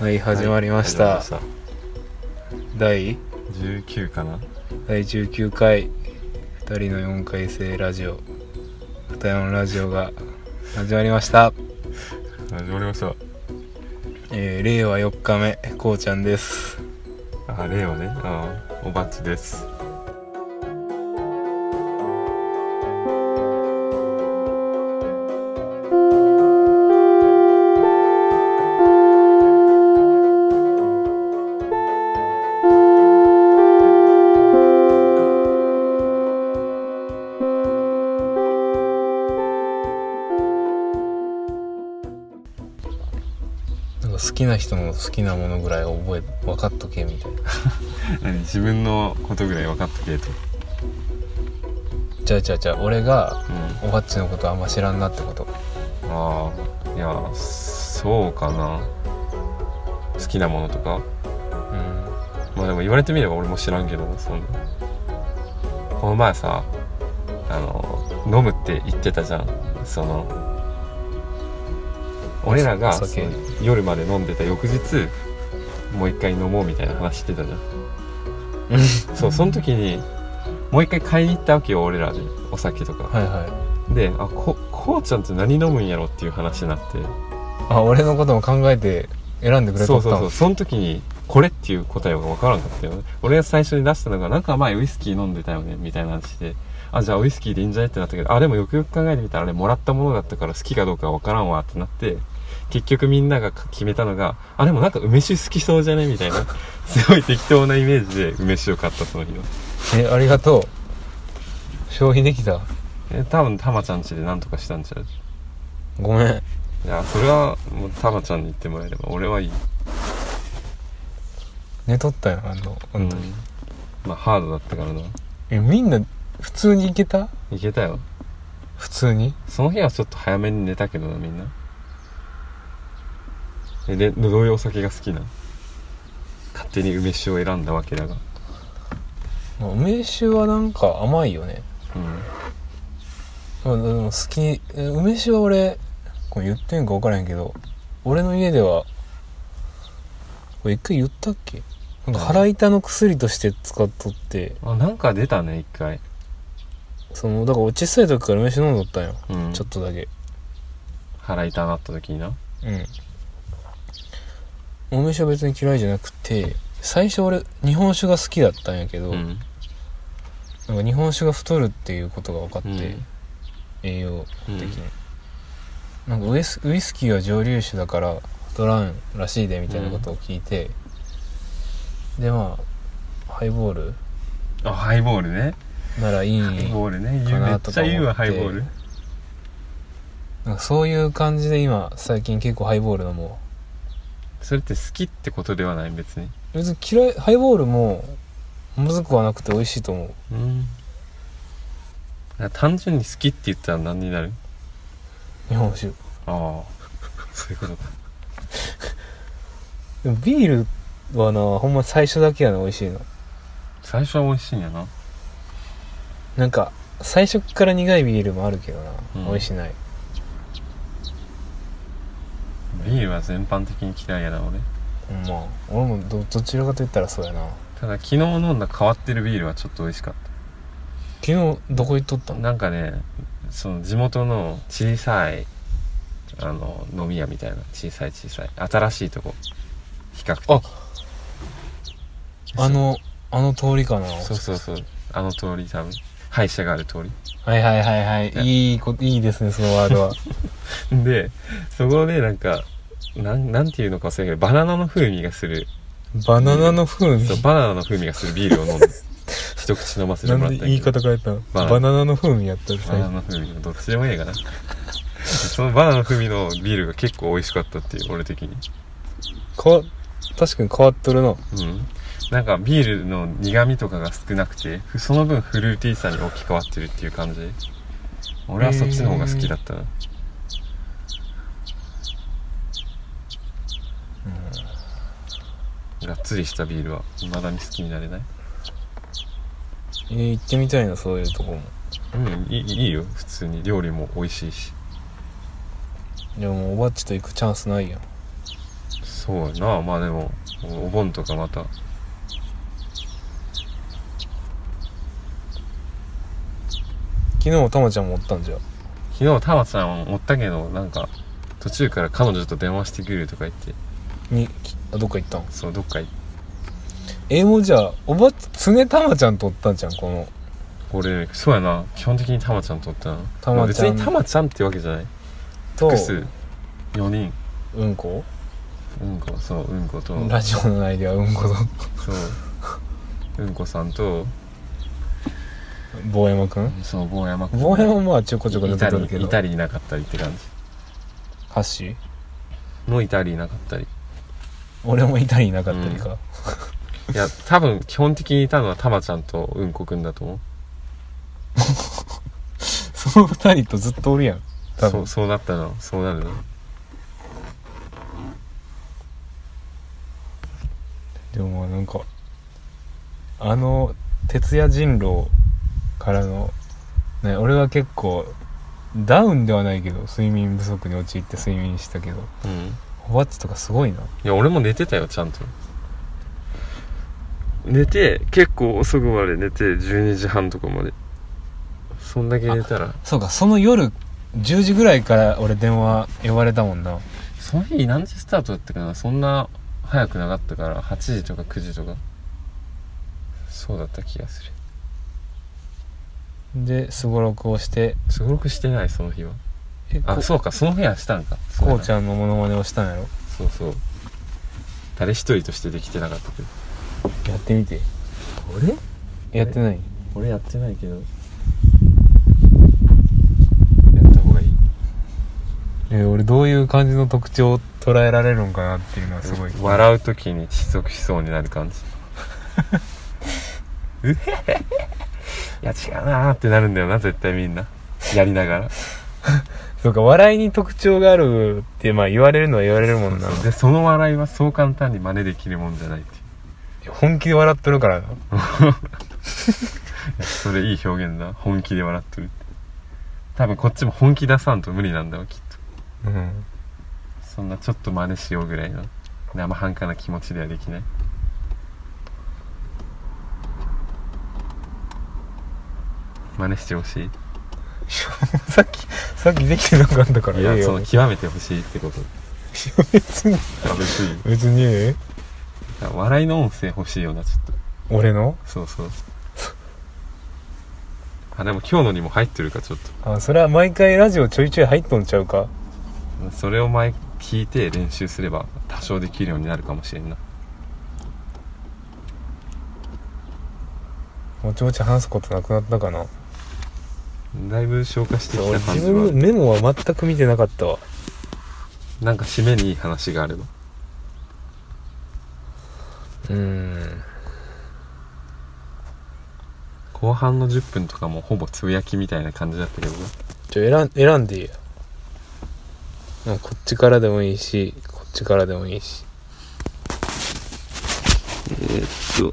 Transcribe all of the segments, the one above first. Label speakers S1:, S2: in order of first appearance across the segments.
S1: はい始まりました,、
S2: 始まり
S1: 第
S2: ました19かな
S1: 第19回2人の4回生ラジオ片山のラジオが始まりました、
S2: 始まりました
S1: えー、令和4日目こうちゃんです
S2: あれよねあおばっちです
S1: なんか好きな人の好きなものぐらい覚え分かっとけみたいな
S2: 何自分のことぐらい分かってくれと
S1: じゃあじゃあじゃあ俺が
S2: うん
S1: おばっちのことあんま知らんなってこと
S2: ああいやそうかな好きなものとか
S1: うん
S2: まあでも言われてみれば俺も知らんけどそんなこの前さあの飲むって言ってたじゃんその俺らが
S1: お酒
S2: その夜まで飲んでた翌日もう一回飲もうみたいな話してたじゃ んそうその時にもう一回買いに行ったわけよ俺らでお酒とか、
S1: はいはい
S2: であここうちゃんって何飲むんやろっていう話になって
S1: あ俺のことも考えて選んでくれと
S2: そう
S1: った
S2: そう
S1: の
S2: そうその時にこれっていう答えが分からなかったよね俺が最初に出したのがなんか前ウイスキー飲んでたよねみたいな話であじゃあウイスキーでいいんじゃねってなったけどあでもよくよく考えてみたらあれもらったものだったから好きかどうか分からんわってなって結局みんなが決めたのがあでもなんか梅酒好きそうじゃねみたいな すごい適当なイメージで梅酒を買ったその日は
S1: えありがとう消費できた
S2: え多分たまちゃん家で何とかしたんちゃう
S1: ごめん
S2: いやそれはもうたまちゃんに言ってもらえれば俺はいい
S1: 寝とったよあの本当に、
S2: まあハードだったからな
S1: えみんな普通に行けた
S2: いけたよ
S1: 普通に
S2: その日はちょっと早めに寝たけどなみんなえでどういうお酒が好きなの勝手に梅酒を選んだわけだが
S1: まあ梅酒はなんか甘いよね、
S2: う
S1: ま
S2: ん
S1: あ、でも好きえ梅酒は俺これ言ってんか分からへんけど俺の家ではこれ一回言ったっけなんか腹痛の薬として使っとって
S2: あなんか出たね一回、
S1: そのだから小さい時から梅酒飲んどったんよ
S2: うん、
S1: ちょっとだけ
S2: 腹痛なった時にな
S1: うん梅酒は別に嫌いじゃなくて最初俺日本酒が好きだったんやけど、
S2: うん
S1: なんか日本酒が太るっていうことが分かって、
S2: うん
S1: 栄養
S2: うん
S1: 的に、なんかウイスウイスキーは蒸留酒だから太らんらしいでみたいなことを聞いて、でまあハイボール
S2: あハイボールね
S1: ならいい
S2: ハイボールね
S1: か
S2: 言うめ
S1: な
S2: っ
S1: と
S2: ち
S1: か
S2: ゃ
S1: 思って
S2: 言うわハイボール
S1: なんかそういう感じで今最近結構ハイボール飲も
S2: それって好きってことではない別に
S1: う別に嫌いハイボールもまずくはなくて美味しいと思う
S2: うん単純に好きって言ったら何になる
S1: 日本酒
S2: ああ そういうことか
S1: でもビールはなほんま最初だけやな美味しいの
S2: 最初は美味しいんやな
S1: なんか最初っから苦いビールもあるけどな、
S2: うん
S1: 美味しない
S2: ビールは全般的に嫌いやな俺
S1: ほんま俺もどどちらかと言ったらそうやな
S2: ただ昨日飲んだ変わってるビールはちょっと美味しかっ
S1: 昨日どこ行っとった
S2: た
S1: の
S2: なんかねその地元の小さいあの飲み屋みたいな小さい小さい新しいとこ比較的
S1: あの、あの通りかな。
S2: そうそうそうあの通り多分歯医者がある通
S1: はいはいはいはい。いいこ、いいですね、そのワードは。
S2: り でそこでなんかなんなんていうのか忘れたけどバナナの風味がする
S1: バナナの風味
S2: そう。バナナの風味がするビールを飲 んで一口飲ませて
S1: な
S2: もらっ
S1: ん
S2: た
S1: で
S2: ん
S1: 言
S2: や
S1: い
S2: けど
S1: 方変えたの
S2: バナナ
S1: バナナの風味やったる
S2: バ
S1: 最
S2: ナ
S1: 初。
S2: ナ風味どっちでもええかな そのバナナ風味のビールが結構美味しかったっていう俺的に
S1: 変わ、確かに変わっとるな。
S2: うんなんかビールの苦味とかが少なくてふその分フルーティーさに置き換わってるっていう感じ俺はそっちの方が好きだったな、がっつりしたビールはまだに好きになれない
S1: えー行ってみたいな、そういうとこも。
S2: うんいいいいよ普通に料理も美味しいし
S1: でももうおばっちと行くチャンスないやん。
S2: そうやなまあでもお盆とかまた
S1: 昨日たまちゃんもおったんじゃ
S2: 昨日タマちゃんおったけどなんか途中から彼女と電話してくるとか言って
S1: にきあどっか行ったん
S2: そうどっか行って
S1: えもうじゃあおば常たまちゃんとおったんじゃんこの
S2: 俺そうやな基本的にタマちゃんとおったな
S1: タマちゃん
S2: まあ別にタマちゃんってわけじゃない
S1: と
S2: 複数4人
S1: うんこ
S2: うんこそううんこと
S1: ラジオの内ではうんこと
S2: そううんこさんと
S1: 坊山くん
S2: そう坊山君
S1: 坊山もまあちょこちょこ出
S2: いた
S1: てくるけ
S2: り
S1: ど
S2: いたりいなかったりって感
S1: ハッシー
S2: じのいたりいなかったり
S1: 俺もいたりいなかったりか、
S2: いや多分基本的にいたのはタマちゃんとうんこくんだと思う
S1: その二人とずっとおるやん多
S2: そ
S1: 分
S2: うそうなったのそうなるの
S1: でもまあなんかあの徹夜人狼からの、ね、俺は結構ダウンではないけど睡眠不足に陥って睡眠したけど
S2: うん
S1: ホバッチとかすごいない
S2: や俺も寝てたよちゃんと寝て結構遅くまで寝て12時半とかまでそんだけ寝たら
S1: そうかその夜10時ぐらいから俺電話呼ばれたもんな
S2: その日何時スタートだったかなそんな早くなかったから8時とか9時とかそうだった気がする
S1: ですごろくをして
S2: すごろくしてないその日は
S1: えこ
S2: あそうかその日はしたんかそう
S1: こ
S2: や
S1: う
S2: な
S1: ちゃんのモノマネをしたんやろ
S2: そうそう誰一人としてできてなかったけど
S1: やってみて
S2: 俺
S1: やってない
S2: 俺やってないけどやった方がいい
S1: えー俺どういう感じの特徴を捉えられるのかなっていうのはすごい
S2: 笑う時に窒息しそうになる感 じうへへへいや違うなーってなるんだよな絶対みんなやりながら
S1: そうか笑いに特徴があるってまあ言われるのは言われるもんな
S2: でその笑いはそう簡単に真似できるもんじゃないってい う
S1: 本気で笑ってるからない
S2: やそれいい表現だ本気で笑ってるって多分こっちも本気出さんと無理なんだわきっと
S1: うん
S2: そんなちょっと真似しようぐらいの生半可な気持ちではできない真似してほしい
S1: さっきさっきできてなかったから
S2: い
S1: ええ
S2: や、そ
S1: よ
S2: の極めてほしいってこと。
S1: 別に
S2: 別に。
S1: 別にええ
S2: 笑いの音声欲しいよな、ちょっと。
S1: 俺の
S2: そうそう。あ、でも今日のにも入ってるか、ちょっ
S1: あそれは毎回ラジオちょいちょい入っとんちゃうか
S2: と。それを前聞いて練習すれば多少できるようになるかもしれんな。
S1: もちもち話すことなくなったかな
S2: だいぶ消化してき
S1: 俺
S2: た感
S1: 自
S2: じは
S1: 分。メモは全く見てなかったわ
S2: なんか締めにいい話があれば。
S1: うん
S2: 後半の10分とかもほぼつぶやきみたいな感じだったけどな。
S1: ちょ選ん選んでいいやなんかこっちからでもいいしこっちからでもいいし
S2: えーっと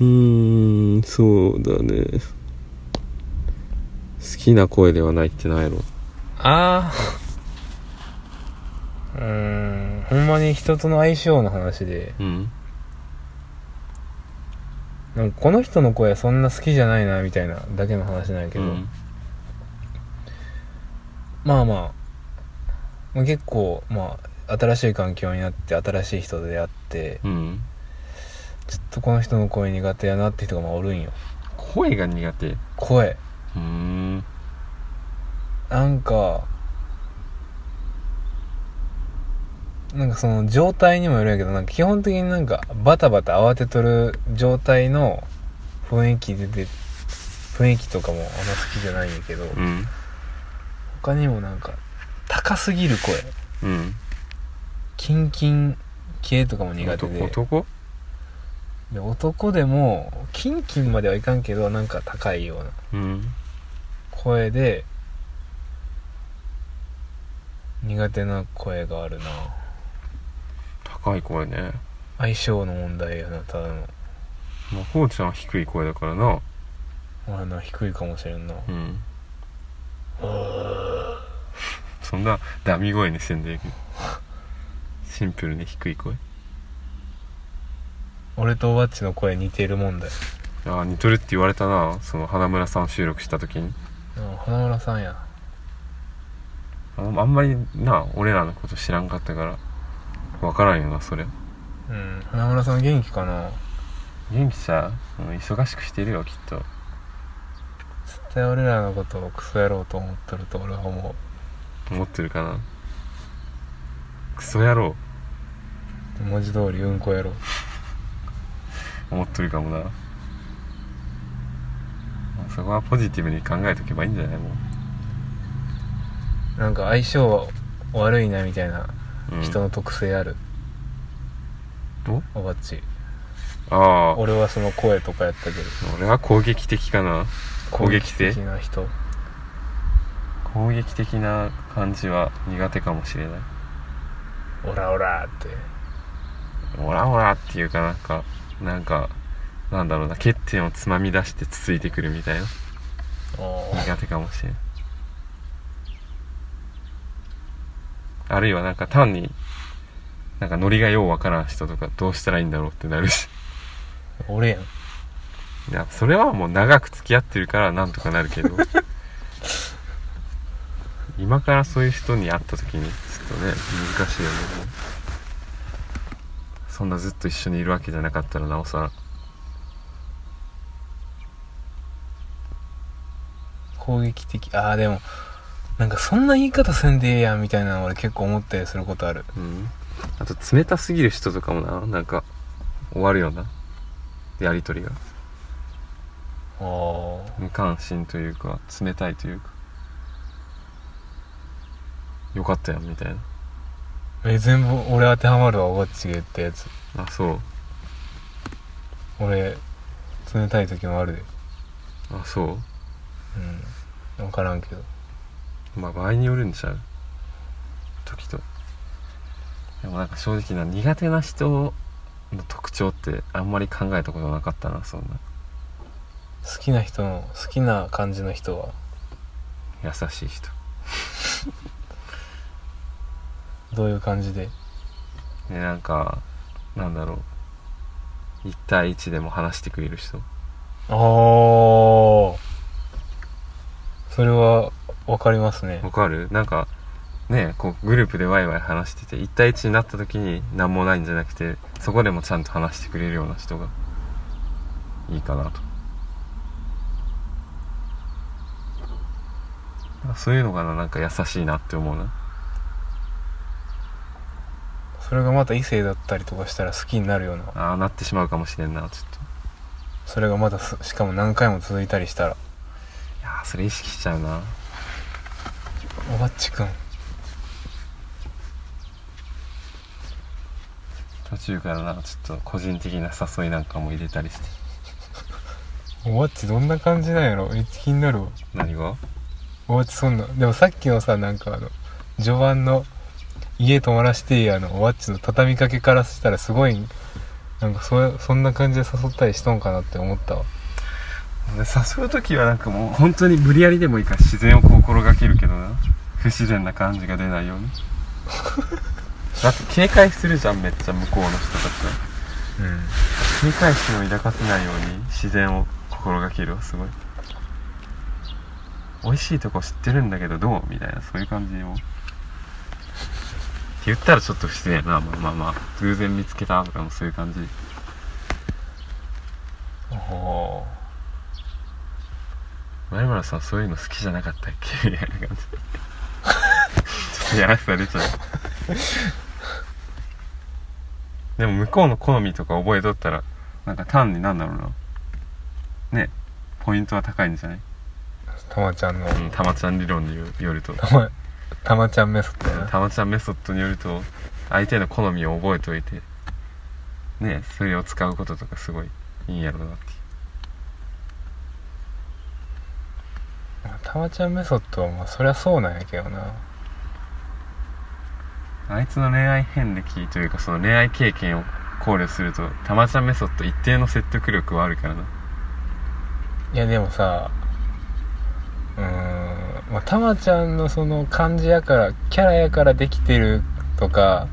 S2: うーんそうだね好きな声ではないってなんやろ
S1: ああうーん ほんまに人との相性の話で
S2: うん
S1: なんかこの人の声そんな好きじゃないなみたいなだけの話なんやけ
S2: け
S1: ど、
S2: ど、
S1: まあまあまあ結構まあ新しい環境になって新しい人と出会って
S2: うん、
S1: ちょっとこの人の声苦手やなって人がまあおるんよ
S2: 声が苦手う
S1: 声
S2: ーん
S1: なんかなんかその状態にもよるんやけどなんか基本的になんかバタバタ慌てとる状態の雰囲気出て雰囲気とかもあんま好きじゃないんやけど
S2: うん
S1: 他にもなんか高すぎる声
S2: うん
S1: キンキン系とかも苦手で
S2: 男男
S1: で男でもキンキンまではいかんけどなんか高いような
S2: うん
S1: 声で苦手な声があるな
S2: 高い声ね
S1: 相性の問題やなただの
S2: まあ、こうちゃんは低い声だからな
S1: 俺のは低いかもしれんな
S2: うんそんなダミ声にせんでいいシンプルで低い声
S1: 俺とおばっちの声似てる問題
S2: ああ似とるって言われたなその花村さん収録した時に
S1: うん花村さんや
S2: あんあんまりな俺らのこと知らんかったから分からんよなそれ
S1: うん花村さん元気かな
S2: 元気さ、うん、忙しくしてるよきっと
S1: 絶対俺らのことをクソ野郎と思っとると俺は思
S2: 思ってるかなクソ野郎
S1: う文字通りうんこ野郎
S2: 思っとるかもなまあそこはポジティブに考えとけばいいんじゃないも
S1: なんか相性は悪いなみたいな
S2: う、うん、
S1: 人の特性ある、
S2: お
S1: おばっち
S2: ああ
S1: 俺はその声とかやったけど
S2: 俺は攻撃的かな攻撃性
S1: 的な人
S2: 攻撃的な感じは苦手かもしれない
S1: オラオラって
S2: オラオラっていうかなんかなんかなんだろうな欠点をつまみ出してつついてくるみたいな苦手かもしれないあるいはなんか単になんかノリがようわからん人とかどうしたらいいんだろうってなるし
S1: 俺やん
S2: いやそれはもう長く付き合ってるからなんとかなるけ ど今からそういう人に会った時にちょっとね難しいよねそんなずっと一緒にいるわけじゃなかったらなおさら
S1: 攻撃的ああでもなんかそんな言い方せんでええやんみたいなの俺結構思ったりすることある
S2: うんあと冷たすぎる人とかもななんか終わるよなやり取りが
S1: ああ
S2: 無関心というか冷たいというかよかったよみたいな
S1: え全部俺当てはまるわおばっちげってやつ
S2: あそう
S1: 俺冷たい時もあるで
S2: あそ
S1: うん分からんけど
S2: うまあ場合によるんちゃう時とでもなんか正直な苦手な人の特徴ってあんまり考えたことなかったなそんな
S1: 好きな人の好きな感じの人は
S2: 優しい人
S1: どういう感じで
S2: でなんかなんだろう1対1でも話してくれる人
S1: ああそれは分かりますね
S2: わかるなんかねこうグループでワイワイ話してて1対1になった時に何もないんじゃなくてそこでもちゃんと話してくれるような人がいいかなとあそういうのがななんか優しいなって思うな
S1: それがまた異性だったりとかしたら好きになるような
S2: ああなってしまうかもしれんなちょっと
S1: それがまたすしかも何回も続いたりしたら
S2: いやーそれ意識しちゃうな
S1: おばっちくん
S2: 途中からなちょっと個人的な誘いなんかも入れたりして
S1: おばっちどんな感じなんやろめっちゃ気になるわ
S2: 何が
S1: おばっちそんなでもさっきのさなんかあの序盤の家泊まらしていいあのおばっちの畳みかけからしたらすごいなんかそそんな感じで誘ったりしとんかなって思ったわ
S2: で誘う時はなんかもう本当に無理やりでもいいから自然を心がけるけどな不自然な感じが出ないようにだって警戒するじゃんめっちゃ向こうの人たちは
S1: う
S2: 警戒心を抱かせないように自然を心がけるわすごい美味しいとこ知ってるんだけどどうみたいなそういう感じをって言ったらちょっと不自然やなまあまあまあ偶然見つけたとかもそういう感じ
S1: んお
S2: 前村さんそういうの好きじゃなかったっけ みたいな感じちょっとやらせされちゃうでも向こうの好みとか覚えとったらなんか単になんだろうなねポイントは高いんじゃない
S1: たまちゃんの
S2: うんたまちゃん理論によよると
S1: たまたまちゃんメソッドやな
S2: たまちゃんメソッドによると相手の好みを覚えといてねそれを使うこととかすごいいいんやろうなっていう
S1: たまちゃんメソッドはまあそりゃそうなんやけどな
S2: あいつの恋愛遍歴というかその恋愛経験を考慮するとたまちゃんメソッド一定の説得力はあるからない
S1: やでもさうーんまあたまちゃんのその感じやからキャラやからできてるとか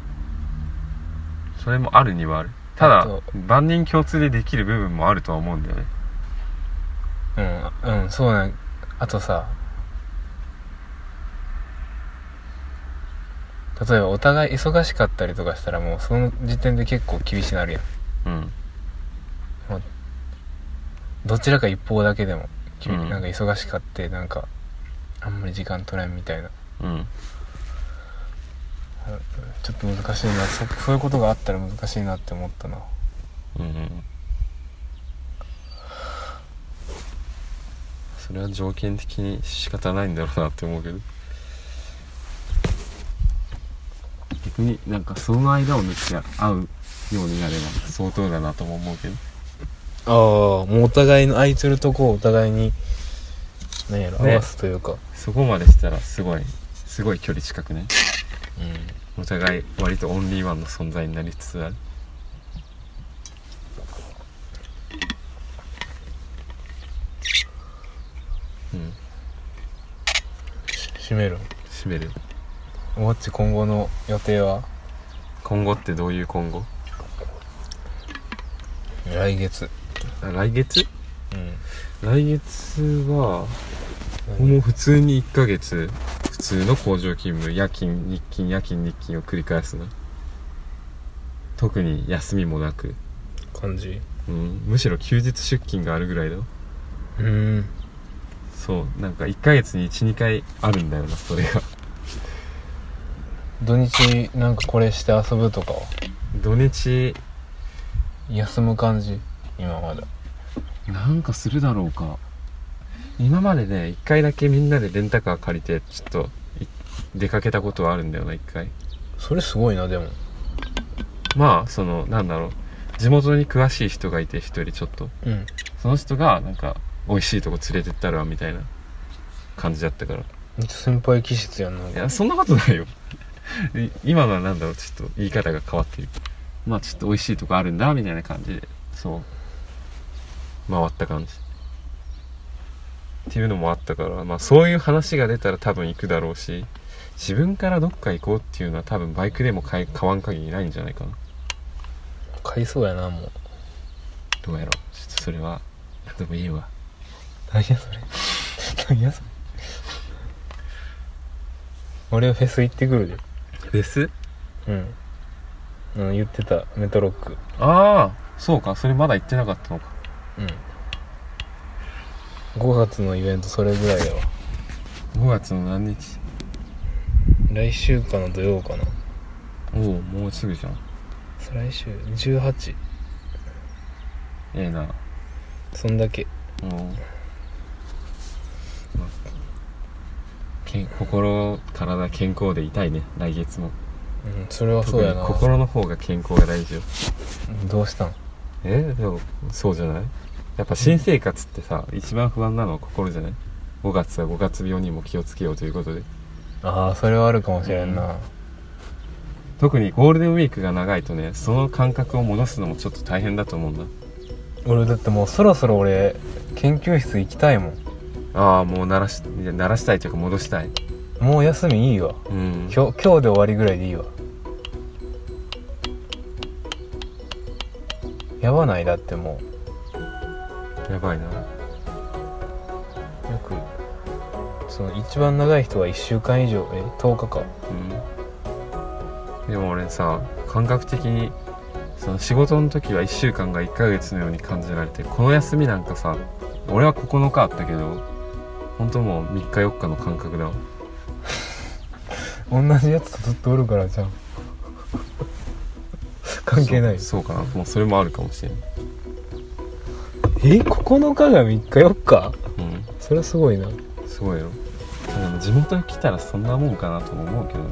S2: それもあるにはあるた
S1: あ
S2: だ
S1: と
S2: 万人共通でできる部分もあるとは思うんだよね
S1: うん、うん、そうなんあとさ例えばお互い忙しかったりとかしたらもうその時点で結構厳しくなるやん
S2: うん
S1: どちらか一方だけでも、き
S2: うん
S1: なんか忙しかってなんかあんまり時間取れんみたいな
S2: うん
S1: ちょっと難しいなそそういうことがあったら難しいなって思ったな
S2: うんうんそれは条件的に仕方ないんだろうなって思うけど逆になんかその間を抜き合うようになれば相当だなとも思うけど
S1: ああもうお互いの空いてるとこをお互いに何やろ、
S2: ね
S1: 合わすというか
S2: そこまでしたらすごいすごい距離近くね
S1: う
S2: お互い割とオンリーワンの存在になりつつあるうん
S1: ん閉める
S2: 閉めるよ
S1: ウォッチ今後の予定は
S2: 今後ってどういう今後
S1: 来月
S2: あ来月
S1: うん
S2: 来月はもう普通に1ヶ月普通の工場勤務夜勤日勤夜勤日勤を繰り返すな特に休みもなく、
S1: 感じ
S2: うん、むしろ休日出勤があるぐらいだよ
S1: うん
S2: そうなんか1ヶ月に12回あるんだよなそれが
S1: 土日なんかこれして遊ぶとかは
S2: 土日
S1: 休む感じ今まだ
S2: なんかするだろうか今までね1回だけみんなでレンタカー借りてちょっとい出かけたことはあるんだよな1回
S1: それすごいなでも
S2: まあそのなんだろう地元に詳しい人がいて1人ちょっと
S1: うん
S2: その人がなんか美味しいとこ連れてったらみたいな感じだったから
S1: めっちゃ先輩気質やんなん
S2: い
S1: か
S2: やそんなことないよ い今のはなんだろうちょっと言い方が変わってるまあちょっと美味しいとこあるんだみたいな感じでそう回った感じっていうのもあったからまあそういう話が出たら多分行くだろうし自分からどっか行こうっていうのは多分バイクでも買い買わん限りないんじゃないかな
S1: 買いそうやなもう
S2: どうやろうちょっとそれは何でもいいわ
S1: 何やそれ 何やそれ俺はフェス行ってくるで
S2: です
S1: うんあの言ってたメトロック
S2: ああそうかそれまだ行ってなかったのか
S1: うん5月のイベントそれぐらいやわ
S2: 5月の何日
S1: 来週かな土曜かな
S2: おおもうすぐじゃん
S1: 再来週18
S2: ええな
S1: そんだけ
S2: うん、まあけん心体健康でいたいね来月も
S1: うんそれはそ
S2: 特
S1: うや
S2: に
S1: な
S2: 心の方が健康が大事よ
S1: どうしたん
S2: えでもそうじゃないやっぱ新生活ってさ、一番不安なのは心じゃない5月は5月病にも気をつけようということで
S1: ああそれはあるかもしれんな
S2: 特にゴールデンウィークが長いとねその感覚を戻すのもちょっと大変だと思うんだ
S1: 俺だってもうそろそろ俺研究室行きたいもん
S2: ああもう鳴らしいや鳴らしたいというか戻したい
S1: もう休みいいわ
S2: う
S1: 今
S2: ん
S1: 日今日で終わりぐらいでいいわやばないだっても
S2: やばいな
S1: うよくその一番長い人は1週間以上え10日か
S2: でも俺さ感覚的にその仕事の時は1週間が1ヶ月のように感じられてこの休みなんかさ俺は9日あったけど本当もう3日4日の感覚だわ
S1: 同じやつとずっとおるからじゃん 関係ない
S2: そうそうかなもうそれもあるかもしれん、
S1: え9日が3日4日
S2: う、
S1: それすごいなん
S2: すごいよでも地元に来たらそんなもんかなとも思うけどね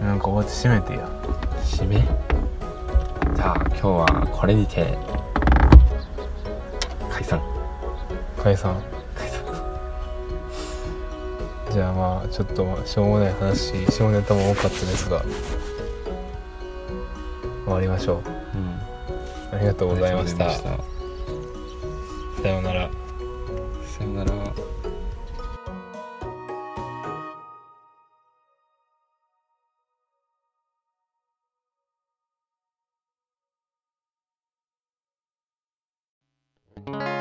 S1: うんなんか終わって閉めてや
S2: 締めじゃあ今日はこれにて解散
S1: 解散じゃあまあちょっとしょうもない話しょうもネタも多かったですが終わりましょう
S2: うん
S1: ありがとうございまし
S2: あ
S1: た
S2: りがとうございま
S1: さようなら
S2: したさよならう